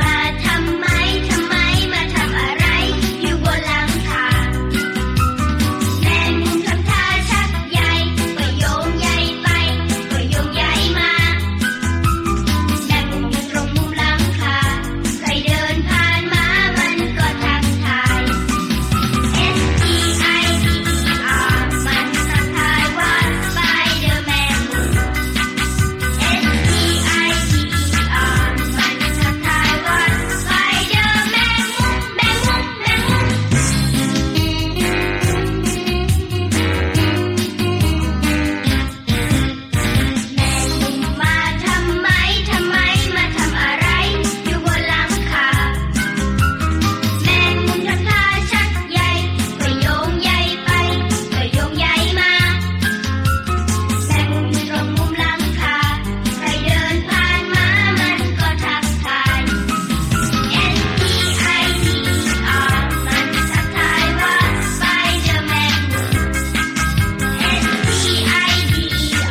มาทำไม ทำไม มาทำอะไร อยู่บนหลังคาแมงมุมทำท่าชักใยก็โยงใยไป ก็โยงใยมาแมงมุมอยู่ตรงมุมหลังคาใครเดินผ่านมา มันก็ทักทาย S E I D E R มันทักทายว่าไปเดอแมงมุม S E I D E R มันทักทายว่าไปเดอแมงมุมแมงมุมแมงมุม แมงมุมมาทำไม ทำไม มาทำอะไร อยู่บนหลังคา แมงมุมทำท่าชักใยก็โยงใยไป ก็โยงใยมา แมงมุมอยู่ตรงมุมหลังคา ใครเดินผ่านมา มันก็ทักทาย S P I D E R มันทักทายว่า Spider แมงมุม S P I D E R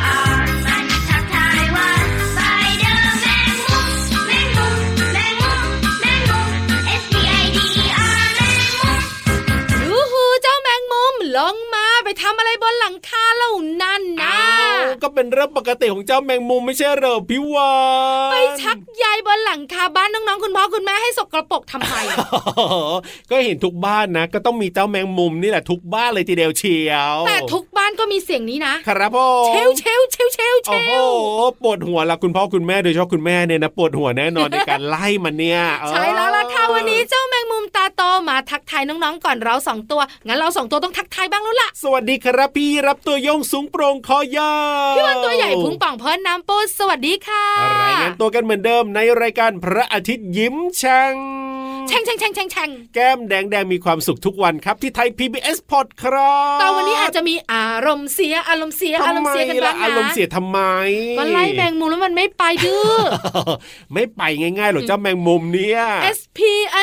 มันทักทายว่า Spider แมงมุมแมงมุมแมงมุมแมงมุม S P I D E R แมงมุม ยูฮูเจ้าแมงมุมลงมาไปทำอะไรบนหลังคาเหล่านั้นนะ ก็เป็นเรื่องปกติของเจ้าแมงมุมไม่ใช่เหรอพี่วาน ไปชักใยบนหลังคาบ้านน้องๆคุณพ่อคุณแม่ให้สกรปรกทำไม โอ้โห ก็เห็นทุกบ้านนะ ก็ต้องมีเจ้าแมงมุมนี่แหละทุกบ้านเลยทีเดียวเชียว แต่ทุกบ้านก็มีเสียงนี้นะครับ ผม เชลเชลเชลเชลเช โอ้โห ล ปวดหัวละคุณพ่อคุณแม่โดยเฉพาะคุณแม่เนี่ยนะปวดหัวแน่นอนในการไล่มันเนี่ยเออ ใช่แล้วล่ะค่ะวันนี้เจ้าแมงมุมตาโตมาทักทายน้องๆก่อนเราสองตัว งั้นเราสองตัวต้องทักทายบ้างแล้วล่ะ สวัสดีครับพี่รับตัวโยงสูงโปร่งคอยาว พี่วันตัวใหญ่พุงป่องเพิ่นน้ำปูสวัสดีค่ะ รายงานตัวกันเหมือนเดิมในรายการพระอาทิตย์ยิ้มช่าง แฉ่งแฉ่งแฉ่งแฉ่งแฉ่ง แก้มแดงแดงมีความสุขทุกวันครับ ที่ไทย PBS Podcast แต่วันนี้อาจจะมีอารมณ์เสียอารมณ์เสียอารมณ์เสียกันบ้าง ทำนะไมล่ะอารมณ์เสียทำไม ก็ไล่แมงมุมแล้วมันไม่ไปดื้อ ไม่ไปง่ายๆหรอกเจ้าแมงมุมเนี่ย S P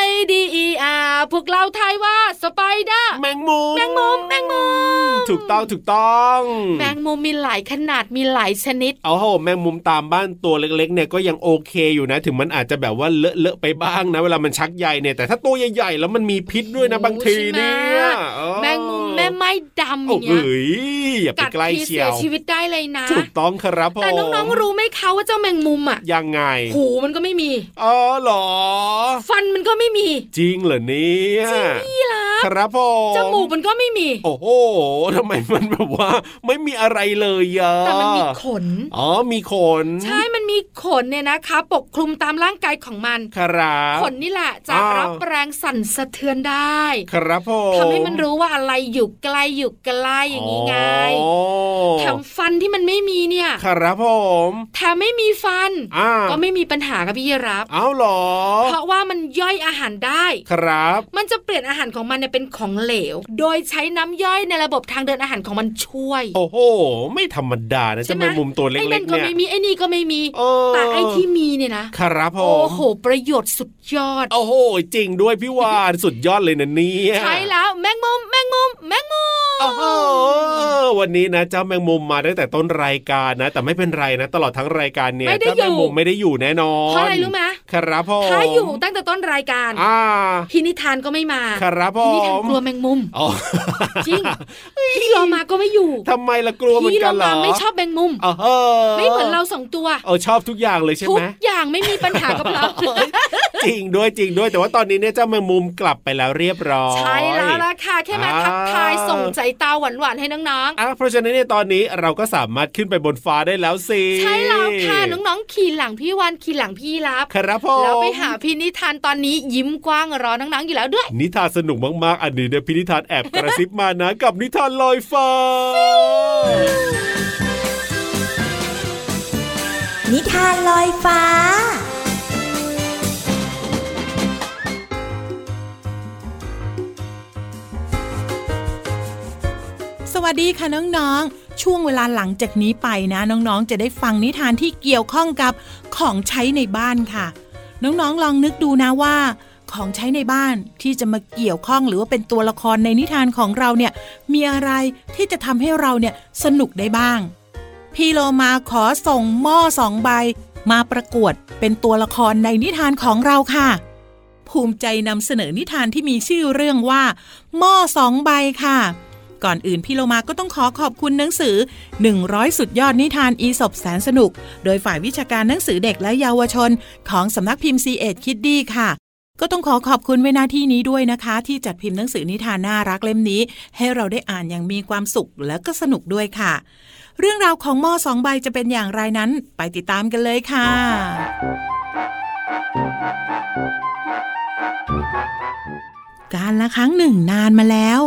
I D E R พวกเราทายว่าสไปเดอร์ แมงมุม แมงมุมแมงมุม ถูกต้องถูกต้อง แมงมุมมีหลายขนาดมีหลายชนิด เอาโหแมงมุมตามบ้านตัวเล็กๆเนี่ยก็ยังโอเคอยู่นะ ถึงมันอาจจะแบบว่าเลอะเลอะๆไปบ้างนะ เวลามันชักใยเนี่ยแต่ถ้าตัวใหญ่ๆแล้วมันมีพิษด้วยนะบางทีเนี่ยเออ แมงมุมแม่ไม้ดำอ โอ้ ย่าง เอ้ เงี้ย ยอย่าไป กัด ใกล้ ที เชี เสี ย ยว ชีวิตได้เลยนะ ถูกต้องครับผม แต่น้องๆรู้ไหมคะว่าเจ้าแมงมุมอ่ะ ยังไง หูมันก็ไม่มี อ๋อเหรอ ฟันมันก็ไม่มี จริงเหรอเนี่ย นี่ละ ครับผม จมูกมันก็ไม่มี โอ้โหทำไมมันแบบว่า ไม่มีอะไรเลยอะ แต่มันมีขน อ๋อมีขน ใช่มันมีขนเนี่ยนะคะ ปกคลุมตามร่างกายของมัน ครับ ขนนี่แหละจะ อ้าว รับแรงสั่นสะเทือนได้ ครับผม ทำให้มันรู้ว่าอะไรอยู่ไกลอยู่ไกลอย่างนี้ไง อ๋อ แถมฟันที่มันไม่มีเนี่ย ครับผม แถมไม่มีฟัน อ่า ก็ไม่มีปัญหากับพี่ยีรับ เอาเหรอ เพราะว่ามันย่อยอาหารได้ ครับ มันจะเปลี่ยนอาหารของมันเนี่ยเป็นของเหลว โดยใช้น้ำย่อยในระบบทางเดินอาหารของมันช่วย โอ้โห ไม่ธรรมดานะ ใช่ เจะ ไหม มีมุมตัวเล็ ไอ้นั่ ก น ๆ ก็ เนี่ย ไม่มีไอ้นี่ก็ไม่มี เออ แต่ไอ้ที่มีเนี่ยนะครับ โอ้ ผม โหประโยชน์สุดยอด โอ้โห จริงด้วยพี่วานสุดยอดเลยนะเนี่ย ใช่แล้วแมงมุมแมงมุมแมงมุม โอ้โหวันนี้นะเจ้าแมงมุมมาตั้งแต่ต้นรายการนะ แต่ไม่เป็นไรนะ ตลอดทั้งรายการเนี่ย ไม่ได้ เจ้าแมงมุม อยู่ ไม่ได้อยู่แน่นอน เพราะอะไรรู้ไหม ครับผม ถ้าอยู่ตั้งแต่ต้นรายการ อ่า พี่นิทานก็ไม่มา ครับผ พี่นิทาน ม กลัวแมงมุม อ๋อ จริง พี่โลมาก็ไม่อยู่ ทำไมล่ะกลัวเหมือน พี่โล กันเหร มา อ ไม่ชอบแมงมุม เออ ไม่เหมือนเราสองตัว เออชอบทุกอย่างเลยใช่ ทุ ไหม กอย่างไม่มีปัญหากับเรา จริงด้วยจริงด้วย แต่ว่าตอนนี้เนี่ยเจ้าแมงมุมกลับไปแล้วเรียบร้อย ใช่แล้วล่ะค่ะ แค่มา อ่า ทักทายส่งใจตาหวานๆให้น้อง อ่ะเพราะฉะนั้นเนี่ยตอนนี้เราก็สามารถขึ้นไปบนฟ้าได้แล้วสิ ๆ ใช่แล้วค่ะ น้องๆขี่หลังพี่วันขี่หลังพี่รับ ครับผม แล้วไปหาพี่นิทานตอนนี้ยิ้มกว้างรอน้องๆอยู่แล้วด้วย นิทานสนุกมากๆ อันนี้เนี่ยพินิทานแอบกระซิบมานะ กับนิทานลอยฟ้า นิทานลอยฟ้า สวัสดีค่ะน้อง ช่วงเวลาหลังจากนี้ไปนะ น้องๆ จะได้ฟังนิทานที่เกี่ยวข้องกับของใช้ในบ้านค่ะ น้องๆ ลองนึกดูนะว่า ของใช้ในบ้านที่จะมาเกี่ยวข้องหรือว่าเป็นตัวละครในนิทานของเราเนี่ยมีอะไรที่จะทำให้เราเนี่ยสนุกได้บ้าง พี่โลมาขอส่งหม้อสองใบ มาประกวดเป็นตัวละครในนิทานของเราค่ะ ภูมิใจนำเสนอนิทานที่มีชื่อเรื่องว่า หม้อสองใบค่ะ ก่อนอื่นพี่โลมาก็ต้องขอขอบคุณหนังสือ 100 สุดยอดนิทานอีสบแสนสนุก โดยฝ่ายวิชาการหนังสือเด็กและเยาวชน ของสำนักพิมพ์ c ีเอ็ดคิดดีค่ะ ก็ต้องขอขอบคุณเวนาที่นี้ด้วยนะคะ ที่จัดพิมพ์หนังสือนิทานน่ารักเล่มนี้ ให้เราได้อ่านอย่างมีความสุขและก็สนุกด้วยค่ะ เรื่องราวของหม้อสองใบจะเป็นอย่างไรนั้น ไปติดตามกันเลยค่ะ การละครั้งหนึ่งนานมาแล้ว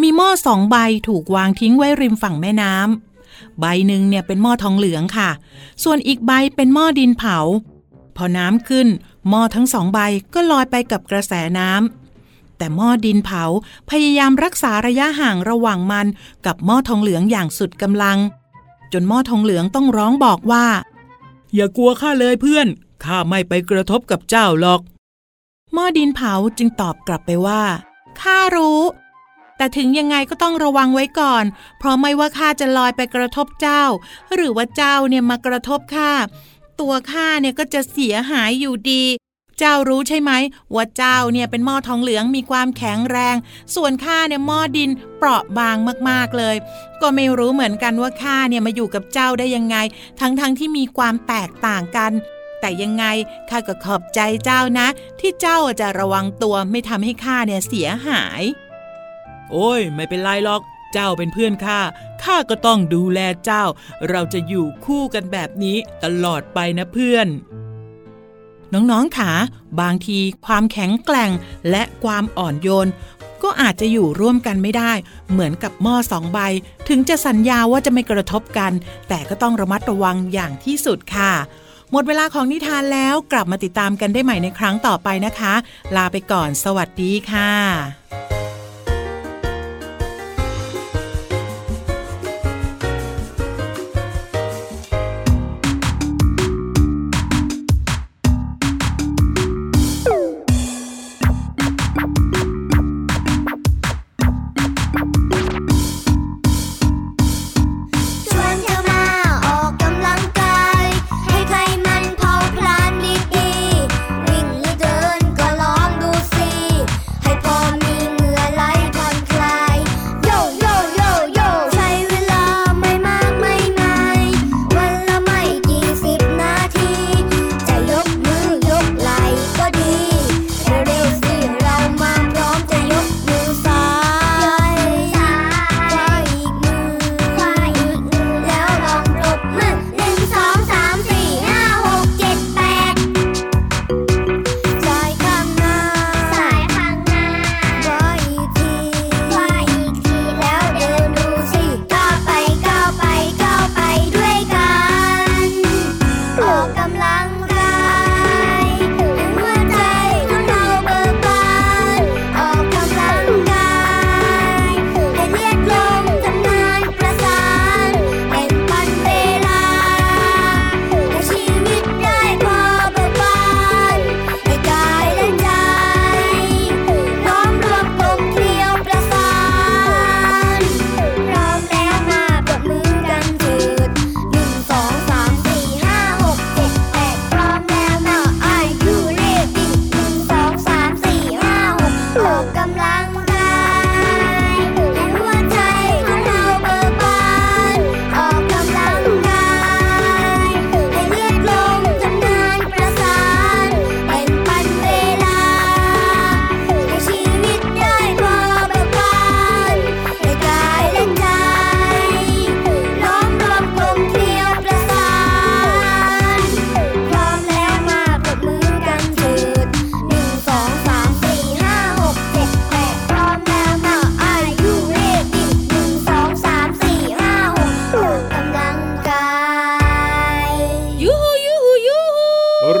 มีหม้อสองใบถูกวางทิ้งไว้ริมฝั่งแม่น้ำใบหนึ่งเนี่ยเป็นหม้อทองเหลืองค่ะ ส่วนอีกใบเป็นหม้อดินเผา พอน้ำขึ้น หม้อทั้งสองใบก็ลอยไปกับกระแสน้ำ แต่หม้อดินเผาพยายามรักษาระยะห่างระหว่างมันกับหม้อทองเหลืองอย่างสุดกำลัง จนหม้อทองเหลืองต้องร้องบอกว่า อย่ากลัวข้าเลยเพื่อนข้าไม่ไปกระทบกับเจ้าหรอก หม้อดินเผาจึงตอบกลับไปว่าข้ารู้ แต่ถึงยังไงก็ต้องระวังไว้ก่อน เพราะไม่ว่าข้าจะลอยไปกระทบเจ้า หรือว่าเจ้าเนี่ยมากระทบข้าตัวข้าเนี่ยก็จะเสียหายอยู่ดี เจ้ารู้ใช่ไหมว่าเจ้าเนี่ยเป็นหม้อทองเหลืองมีความแข็งแรง ส่วนข้าเนี่ยหม้อดินเปราะบางมากๆเลย ก็ไม่รู้เหมือนกันว่าข้าเนี่ยมาอยู่กับเจ้าได้ยังไง ทั้งๆที่มีความแตกต่างกัน แต่ยังไงข้าก็ขอบใจเจ้านะ ที่เจ้าจะระวังตัวไม่ทำให้ข้าเนี่ยเสียหาย โอ้ย ไม่เป็นไรหรอก เจ้าเป็นเพื่อนข้าข้าก็ต้องดูแลเจ้า เราจะอยู่คู่กันแบบนี้ตลอดไปนะเพื่อน น้อง ๆ ขา บางทีความแข็งแกร่งและความอ่อนโยน ก็อาจจะอยู่ร่วมกันไม่ได้ เหมือนกับหม้อสองใบ ถึงจะสัญญาว่าจะไม่กระทบกัน แต่ก็ต้องระมัดระวังอย่างที่สุดค่ะ หมดเวลาของนิทานแล้วกลับมาติดตามกันได้ใหม่ในครั้งต่อไปนะคะ ลาไปก่อนสวัสดีค่ะ ชวนเธอมาออกกำลังกาย ให้ใครมันเผาพลานดีๆวิ่งหรือเดินก็ลองดูสิ ให้พอมีเหงื่อ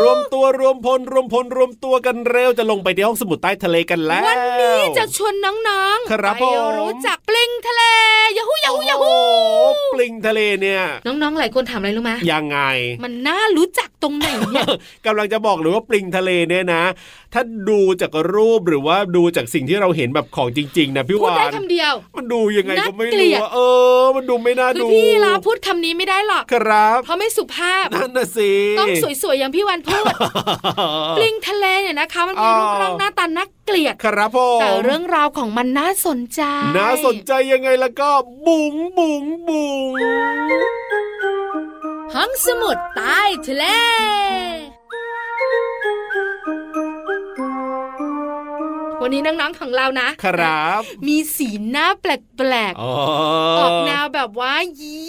รวมพลรวมพลรวมตัวกันเร็วจะลงไปที่ห้องสมุดใต้ทะเลกันแล้ว วันนี้จะชวนน้องๆ ครับ ไป ผม รู้จักปลิงทะเลยาฮูยาฮูยา โอ้ ฮู โหปลิงทะเลเนี่ย น้องๆหลายคนถามอะไรรู้ไหม ยังไง มันน่ารู้จักตรงไหนเนี่ย กำลังจะบอกหรือว่าปลิงทะเลเนี่ยนะ ถ้าดูจากรูปหรือว่าดูจากสิ่งที่เราเห็นแบบของจริง ๆ นะพี่ พูด วา ได้ น คำเดียว มันดูยังไงก็ไม่ น่าเกลี รู้ ยด อะเออ มันดูไม่น่า คือ ดู พี่ลาพูดคำนี้ไม่ได้หรอก ครับ เพราะไม่สุภาพ นั่นน่ะสิ ต้องสวยๆอย่างพี่วันพู ด ปลิงทะเลเนี่ยนะคะ มันมีรูปร่างหน้าตาน่าเกลียด ครับพ่อ แต่เรื่องราวของมันน่าสนใจ น่าสนใจยังไงแล้วก็บุ๋งบุ๋งบุ๋ง ห้องสมุดใต้ทะเล วันนี้น้องๆของเรานะ ครับ มีสีหน้าแปลก อ๋อ ๆ ออกแนวแบบว่า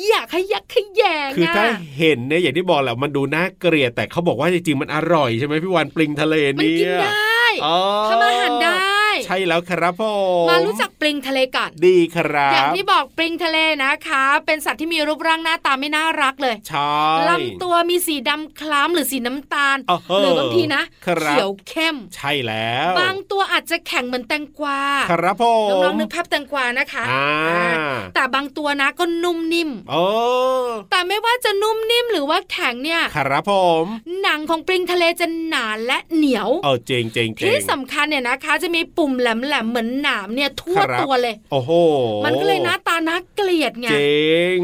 อยากขยักขยแยง คือ อะ ถ้าเห็นเนี่ยอย่างที่บอกแหละมันดูน่าเกลียดแต่เขาบอกว่าจริงๆมันอร่อยใช่ไหมพี่วานปลิงทะเล มัน เนี่ย กินได้ อ๋อ ทำอาหารได้ ใช่แล้วครับพ่อ มารู้จักปลิงทะเลก่อน ดีครับ อย่างที่บอกปลิงทะเลนะคะ เป็นสัตว์ที่มีรูปร่างหน้าตาไม่น่ารักเลย ใช่ ลำตัวมีสีดำคล้ำหรือสีน้ำตาล เอเห รือบางทีนะครับ เขียวเข้ม ใช่แล้ว บางตัวอาจจะแข็งเหมือนแตงกวา ครับพ่อ น้องๆนึกภาพแตงกวานะคะ อ่า อ่าแต่บางตัวนะก็นุ่มนิ่ม โอ้ แต่ไม่ว่าจะนุ่มนิ่มหรือว่าแข็งเนี่ย ครับผม หนังของปลิงทะเลจะหนาและเหนียว เออเจงเจงเจ ที่ ง สำคัญเนี่ยนะคะ จะมีปุ่มแหลมๆเหมือนหนามเนี่ยทั่ว ครับ ตัวเลย โอ้โห มันก็เลยหน้าตาน่าเกลียดไง เจง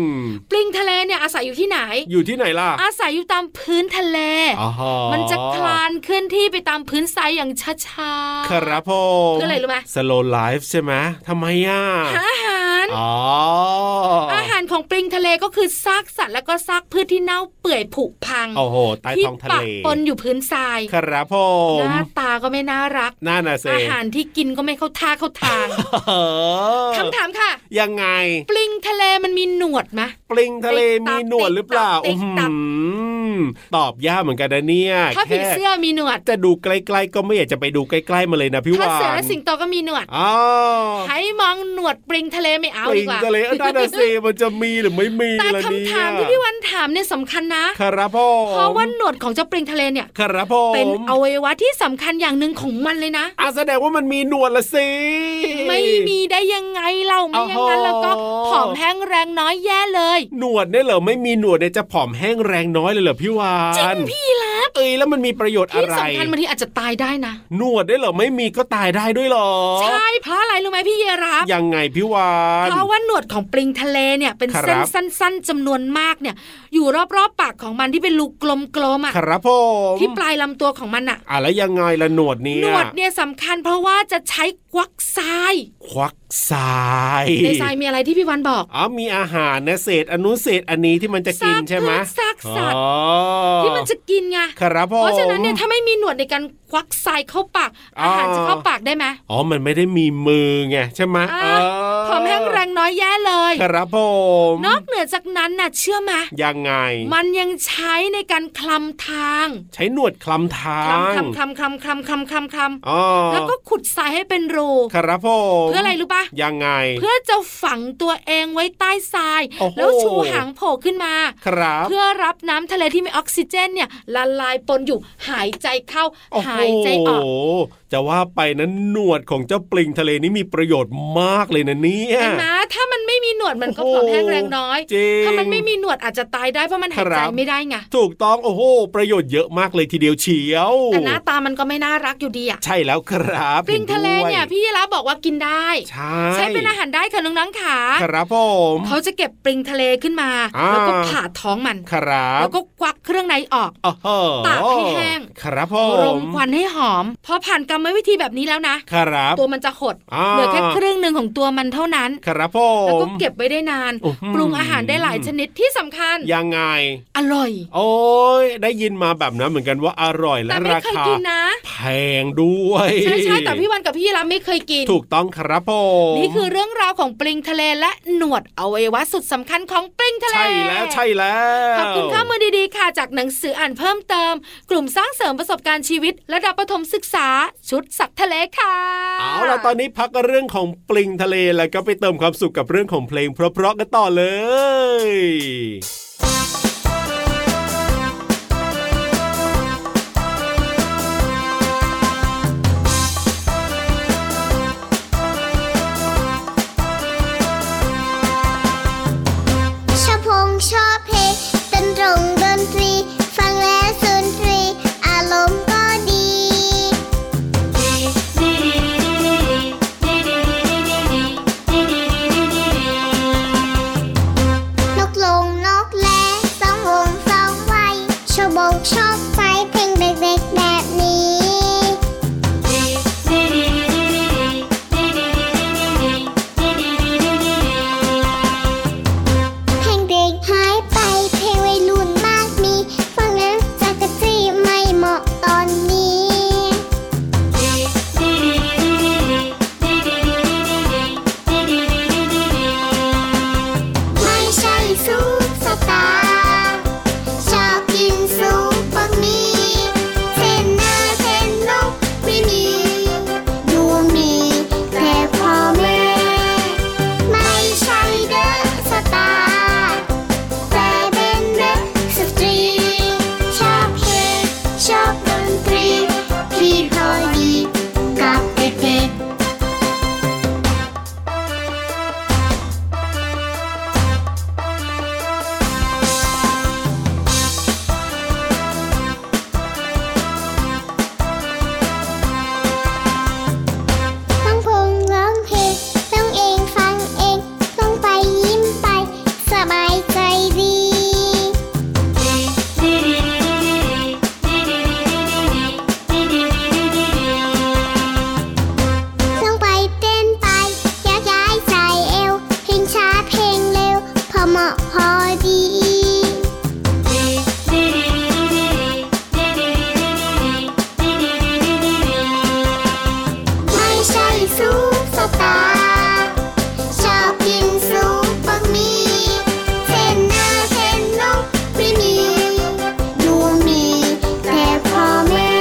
ปลิงทะเลเนี่ยอาศัยอยู่ที่ไหน อยู่ที่ไหนล่ะ อาศัยอยู่ตามพื้นทะเล อ๋อ มันจะคลานเคลื่อนที่ไปตามพื้นทรายอย่างช้าๆ ครับผม เพื่ออะไรรู้ไหม สโลไลฟ์ใช่ไหมทำไมอ่ะ หาอาหาร อ๋อ อาหารของปลิงทะเลก็คือซากสัตว์แล้วก็ซากพืชที่เน่าเปื่อยผุพัง โอ้โหใต้ ที่ ท้องทะ ปะ เล ปนอยู่พื้นทราย ครับผ ห ม น้าตาก็ไม่น่ารัก น่าน่ะเซ อาหารที่กินก็ไม่เข้าท่าเข้าทาง เออ คำถามค่ะ ยังไง ปลิงทะเลมันมีหนวดไหม ปลิงทะเลมีหนวดหรือเปล่า ติ๊ อื กตัก มตอบยากเหมือนกันนะเนี่ย ถ้าผี แค่ เสื้อมีหนวด จะดูใกล้ๆก็ไม่อยากจะไปดูใกล้ๆมาเลยนะพี่ ถ้าว า เสือน และสิงโตก็มีหนวด อ๋อ ให้มองหนวดปลิงทะเลไม่เอา ป ดี ลิง กว่า ทะเลเออน่าจะเซมันจะมีหรือไม่มี แต่ ล่ะ คำ เนี่ย ถามที่พี่วันถามเนี่ยสำคัญนะ ครับพ่อ เพราะว่าหนวดของเจ้าปลิงทะเลเนี่ย ครับพ่อ เป็นอวัยวะที่สำคัญอย่างหนึ่งของมันเลยนะ อ่ะแสดงว่ามันมีหนวดละสิ ไม่มีได้ยังไงเราไม่อย่างนั้น โอ้โห แล้วก็ผอมแห้งแรงน้อยแย่เลย หนวดเนี่ยเหรอไม่มีหนวดเนี่ยจะผอมแห้งแรงน้อยเลยเหรอพี่วานจริงพี่ลับเอ้ยแล้วมันมีประโยชน์อะ ที่ ไร สำคัญบางทีอาจจะตายได้นะ หนวดได้เหรอไม่มีก็ตายได้ด้วยเหรอ ใช่เพราะอะไรรู้ไหมพี่เยรับ ยังไงพี่วาน เพราะว่าหนวดของปลิงทะเลเนี่ยเป็น ครับ เส้นสั้น ๆจำนวนมากเนี่ย อยู่รอบๆปากของมันที่เป็นลูกกลมๆอ่ะ ครับผม ที่ปลายลำตัวของมันอ่ะ อ่ะแล้วยังไงละหนวดเนี่ย หนวดเนี่ยสำคัญเพราะว่าจะใช้ควักทราย ควักทราย ในทรายมีอะไรที่พี่วันบอก อ๋อมีอาหารนะเศษอนุเศษอันนี้ที่มันจะกินใช่ไหม ซากพืชซากสัตว์ อ๋อ ที่มันจะกินไง ครับผม เพราะฉะนั้นเนี่ยถ้าไม่มีหนวดในการควักทรายเข้าปาก อ่า อาหารจะเข้าปากได้ไหม อ๋อมันไม่ได้มีมือไงใช่ไหม อ่า เออ ความแห้งแรงน้อยแย่เลย ครับผม นอกเหนือจากนั้นน่ะเชื่อไหม ยังไง มันยังใช้ในการคลำทาง ใช้หนวดคลำทา คลำ ง คลำคลำคลำคลำคลำคลำคลำ อ๋อ แล้วก็ขุดทรายให้เป็นรู ครับผม เพื่ออะไรรู้ปะ ยังไง เพื่อจะฝังตัวเองไว้ใต้ทราย โอ้โห แล้วชูหางโผล่ขึ้นมา ครับ เพื่อรับน้ำทะเลที่มีออกซิเจนเนี่ยละลายปนอยู่หายใจเข้า โอ้โ หายใจออก จะว่าไปนั้นหนวดของเจ้าปลิงทะเลนี่มีประโยชน์มากเลยนะเนี่ย เห็นไหมถ้ามันไม่มีหนวดมันก็ผอมแห้งแรงน้อย จริง ถ้ามันไม่มีหนวดอาจจะตายได้เพราะมันหายใจ ครับ ไม่ได้ไง ถูกต้องโอ้โห ประโยชน์เยอะมากเลยทีเดียวเฉียว แต่หน้าตามันก็ไม่น่ารักอยู่ดีอะ ใช่แล้วครับ ปลิงทะเลเนี่ย ห็ด้ว พี่ยีราฟบอกว่ากินได้ ใช่ ใช้เป็นอาหารได้ค่ะน้องๆขา ครับผม เขาจะเก็บปลิงทะเลขึ้นมา อ่า แล้วก็ผ่าท้องมัน ครับ แล้วก็ควักเครื่องในออก โอ้โห ตากให้แห้ง ครับผ ร ม มควันให้หอม พอผ่านกรรมวิธีแบบนี้แล้วนะ ครับ ตัวมันจะหด อ่า เหลือแค่ครึ่งหนึ่งของตัวมันเท่านั้น ครับผม แล้วก็เก็บไว้ได้นาน โอ้โห ปรุงอาหารได้หลายชนิดที่สำคัญ ยังไง อร่อย โอ้ยได้ยินมาแบบนั้นเหมือนกันว่าอร่อยและ แต่ไม่ รา เคย คา กินนะ แพงด้วย ใช่ใช่แต่พี่วันกับพี่ยีรับไม่เคยกิน ถูกต้องครับผม นี่คือเรื่องราวของปลิงทะเลและหนวดอวัยวะสุดสำคัญของปลิงทะเล ใช่แล้วใช่แล้ว ขอบคุณข้อมูลดีๆ ค่ะจากหนังสืออ่านเพิ่มเติม กลุ่มสร้างเสริมประสบการณ์ชีวิต ระดับประถมศึกษา ชุดสักทะเลค่ะ เอาล่ะตอนนี้พักเรื่องของปลิงทะเลแล้วก็ไปเติมความสุขกับเรื่องของเพลงเพราะๆกันต่อเลย เ บกชอบไฟเพลงเด็กๆแบบนี้ เพลงเด็กหายไปเพลงวัยรุ่นมากมี ฟังแล้วจักรจี้ไม่เหมาะตอนนี้ ไม่ใช่ซุปสตาร์ชอบกินซุปบะหมี่เส้นหน้าเส้นนกไม่มีดวงมีแต่พ่อแม่ ไม่ใช่เดอะสตาร์แต่เป็นเดอะสตรี ชอบเพลงชอบดนตรี พี่พอดีกับเด็กๆ ต้องพงร้องเพลงต้องเองฟังเอง ต้องไปยิ้มไป สบายใจดี ต้องไปเต้นไปย้ายย้ายใส่เอว เพลงช้าเพลงเร็ว พอเหมาะพอดี ไม่ใช่ซุปสตาร์ชอบกินซุปบะหมี่เส้นหน้าเส้นนกไม่มีดวงมีแต่พ่อแม่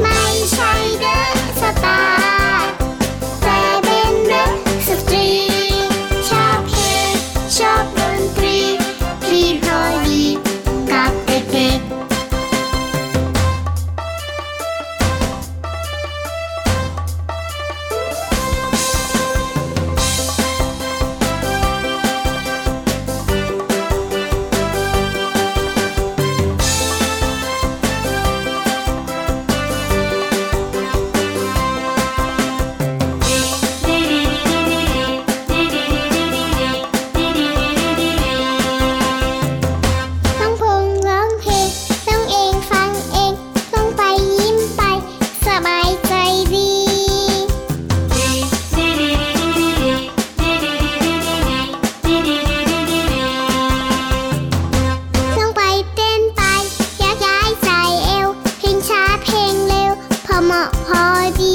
ไม่ใช่เดอะสตาร์แต่เป็นเดอะสตรี ชอบเพลงชอบดนตรีพี่รอดีกับเด็กๆ ต้องพงร้องเพลงต้องเองฟังเอง ต้องไปยิ้มไป สบายใจดี ต้องไปเต้นไปย้ายย้ายใส่เอว เพลงช้าเพลงเร็ว พอเหมาะพอดี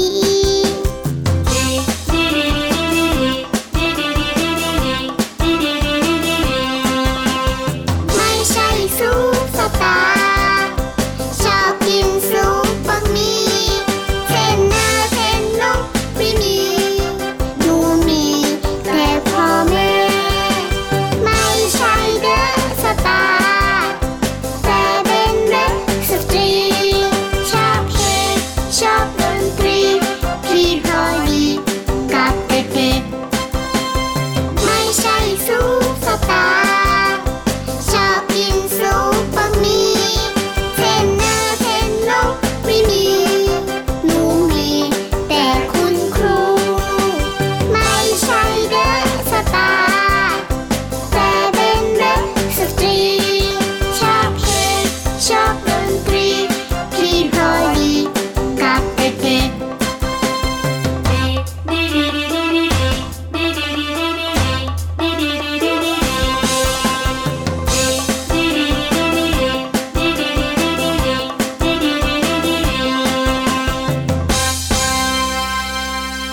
ไม่ใช่ซุปสตาร์ชอบกินซุปบะหมี่เส้นหน้าเส้นนกไม่มีดูมีแต่พ่อแม่ ไม่ใช่เดอะสตาร์แต่เป็นเดอะสตรี ชอบเพลงชอบดนตรีพี่พอดีกับเด็กๆไม่ใช่ซุปสตาร์ ชอบกินซุปบะหมี่เส้นหน้าเส้นนกไม่มีหนูมีแต่คุณครู ไม่ใช่เดอะสตาร์แต่เป็นเดอะสตรี ชอบเพลงชอบดนตรีพี่พอดีกับเด็กๆ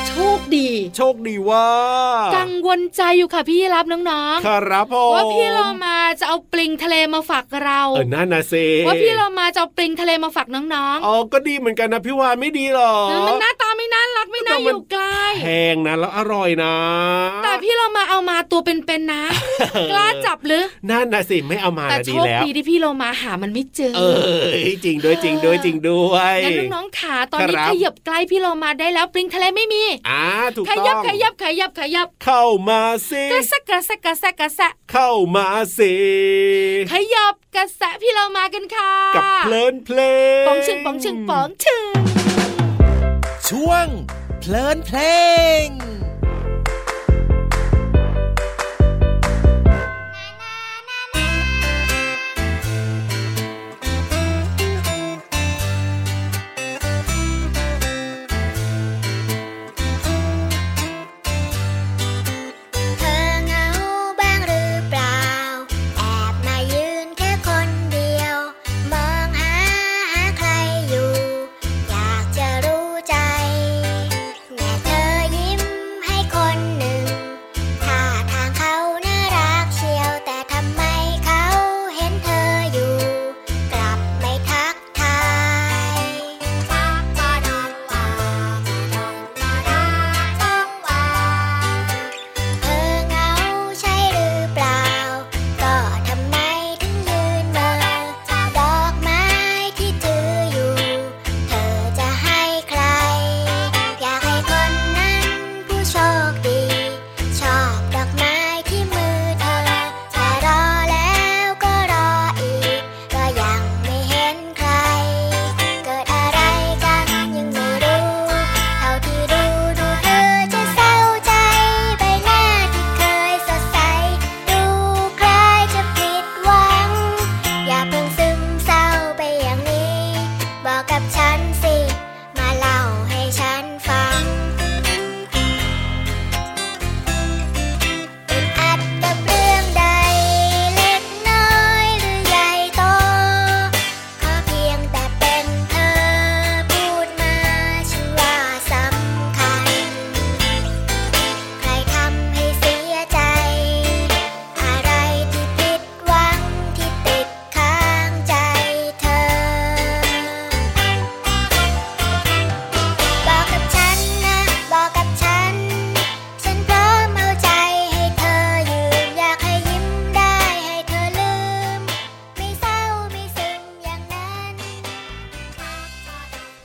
โชคดี โชคดีว่า กังวลใจอยู่ค่ะพี่รับน้อง ครับผ ๆ ม ว่าพี่เรามาจะเอาปลิงทะเลมาฝากเรา เออน่านาเซ ว่าพี่เรามาจะเอาปลิงทะเลมาฝากน้อง อ๋อก็ดีเหมือนกันนะพี่วานไม่ดีหรอ ๆมันหน้าตาไม่น่ารักไม่น่า แต่ อ มัน ยู่ใกล้ แพงนะแล้วอร่อยนะ แต่พี่เรามาเอามาตัวเป็นๆนะ กล้าจับหรือ น่านาสิไม่เอามา แต่ น่ะ โช ดี ค แล้ว ดีที่พี่เรามาหามันไม่เจอ เออจริงด้วยจริงด้วยจริงด้วย งั้นน้องๆขาตอนนี้ ครับ ขยับใกล้พี่เรามาได้แล้วปลิงทะเลไม่มี อ่าถูก ข ต้อง ยับขยับขยับขยับ เข้ามาสิ กระแซะกระแซะกระแซะกระแซะ เข้ามาสิ ขยับกระแซะพี่เรามากันค่ะ กับเพลินเพลง ปองชึงปองชึงปองชึง ช่วง เพลินเพลง เ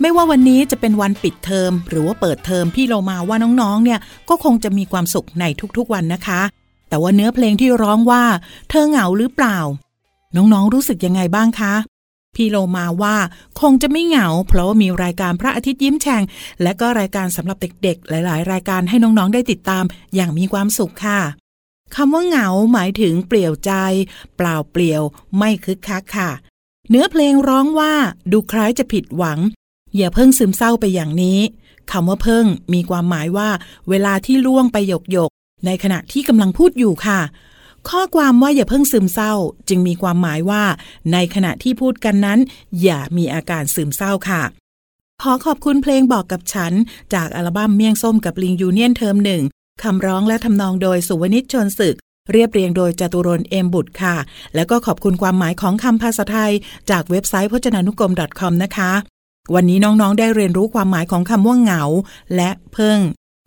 ไม่ว่าวันนี้จะเป็นวันปิดเทอม หรือว่าเปิดเทอมพี่เรามาว่าน้องๆ เนี่ยก็คงจะมีความสุขในทุกๆวันนะคะ แต่ว่าเนื้อเพลงที่ร้องว่า เธอเหงาหรือเปล่า น้องๆ รู้สึกยังไงบ้างคะ พี่โลมาว่าคงจะไม่เหงา เพราะว่ามีรายการพระอาทิตย์ยิ้มแฉ่งและก็รายการสำหรับเด็กๆ หลายๆ รายการให้น้องๆ ได้ติดตามอย่างมีความสุขค่ะคำว่าเหงาหมายถึงเปลี่ยวใจ เปล่าเปลี่ยวไม่คึกคักค่ะ เนื้อเพลงร้องว่าดูคล้ายจะผิดหวัง อย่าเพิ่งซึมเศร้าไปอย่างนี้คำว่าเพิ่งมีความหมายว่า เวลาที่ล่วงไปหยกหยกๆในขณะที่กำลังพูดอยู่ค่ะ ข้อความว่าอย่าเพิ่งซึมเศร้า จึงมีความหมายว่า ในขณะที่พูดกันนั้น อย่ามีอาการซึมเศร้าค่ะ ขอขอบคุณเพลงบอกกับฉัน จากอัลบั้มเมี่ยงส้มกับลิงยูเนียนเทอมหนึ่งคำร้องและทำนองโดยสุวนิชชนศึก เรียบเรียงโดยจตุรนต์เอมบุตรค่ะ แล้วก็ขอบคุณความหมายของคำภาษาไทย จากเว็บไซต์พจนานุกรม .com นะคะ วันนี้น้องๆ ได้เรียนรู้ความหมายของคำว่าเหงา และเพิ่ง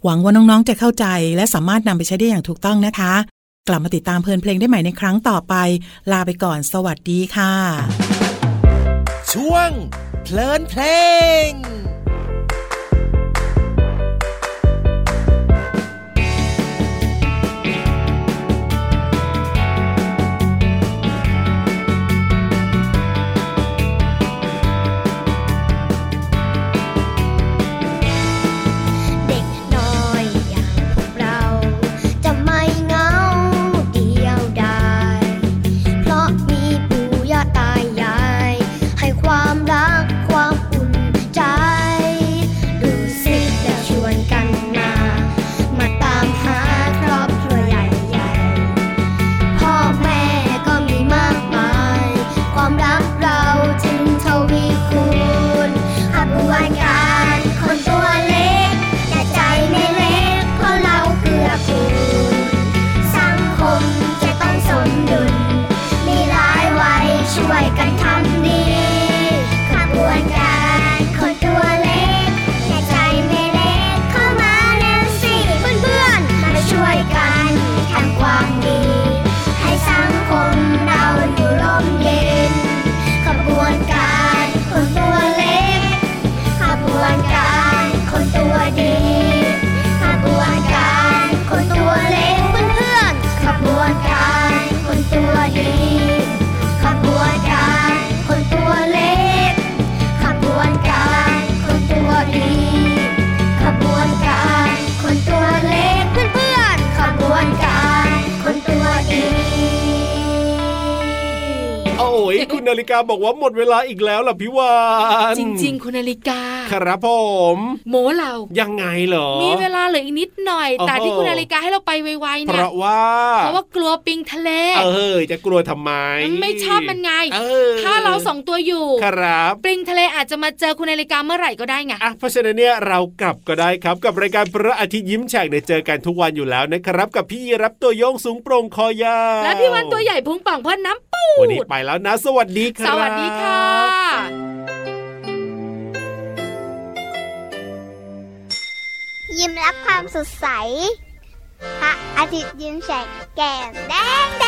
หวังว่าน้องๆ จะเข้าใจ และสามารถนำไปใช้ได้อย่างถูกต้องนะคะ กลับมาติดตามเพลินเพลงได้ใหม่ในครั้งต่อไป ลาไปก่อน สวัสดีค่ะ ช่วง เพลินเพลง เด็กน้อยอย่างพวกเรา จะไม่เหงาเดียวดายเพราะมีปู่ย่าตายาย ให้ความรักความอุ่นใจ ดูสิแล้วชวนกันมา มาตามหาครอบครัวใหญ่ๆ พ่อแม่ก็มีมากมาย ความรักเราจึงทวีคูณขบวนการคนตัวเล็ก แต่ใจไม่เล็กเพราะเราเกือกูลสังคมจะต้องสมดุล มีหลายวัยช่วยกันทำดีขบวนการคนตัวเล็ก แต่ใจไม่เล็กเข้ามาแล้วสิเพื่อนๆมาช่วยกันทำความดี ให้สังคมเราอยู่ร่มเย็น ขบวนการคนตัวเล็ก ขบวนการคนตัวดี ขบวนการคนตัวเล็กเพื่อนๆขบวนการคนตัวดี ขบวนการคนตัวเล็ก ขบวนการคนตัวดี ขบวนการคนตัวเล็กเพื่อนๆขบวนการคนตัวดี โอ้ ยคุณนาฬิกาบอกว่าหมดเวลาอีกแล้วล่ะพี่วาน จริง ๆ คุณนาฬิกา ครับผม โมเรา ยังไงเหรอ มีเวลาเหลืออีกนิดหน่อย โอ้โห แต่ที่คุณนาฬิกาให้เราไปไวๆ เพ เนี่ย ราะว่า เพราะว่ากลัวปิงทะเล เออจะกลัวทำไม มันไม่ชอบมันไง เออ ถ้าเราสองตัวอยู่ ครับ ปริงทะเลอาจจะมาเจอคุณนาฬิกาเมื่อไหร่ก็ได้ไง อ่ะเพราะฉะนั้นเนี่ยเรากลับก็ได้ครับกับรายการพระอาทิตย์ยิ้มแฉกเนี่ยเจอกันทุกวันอยู่แล้วนะครับ กับพี่รับตัวโยงสูงโปร่งคอยาว และพี่วันตัวใหญ่พุงป่องพ่นน้ำปู วันนี้ไปแล้วนะ สวัสดีค ส รับ วัสดีค่ะ ยิ้มรับความสดใส พระอาทิตย์ยิ้มแฉกแก้มแดงแด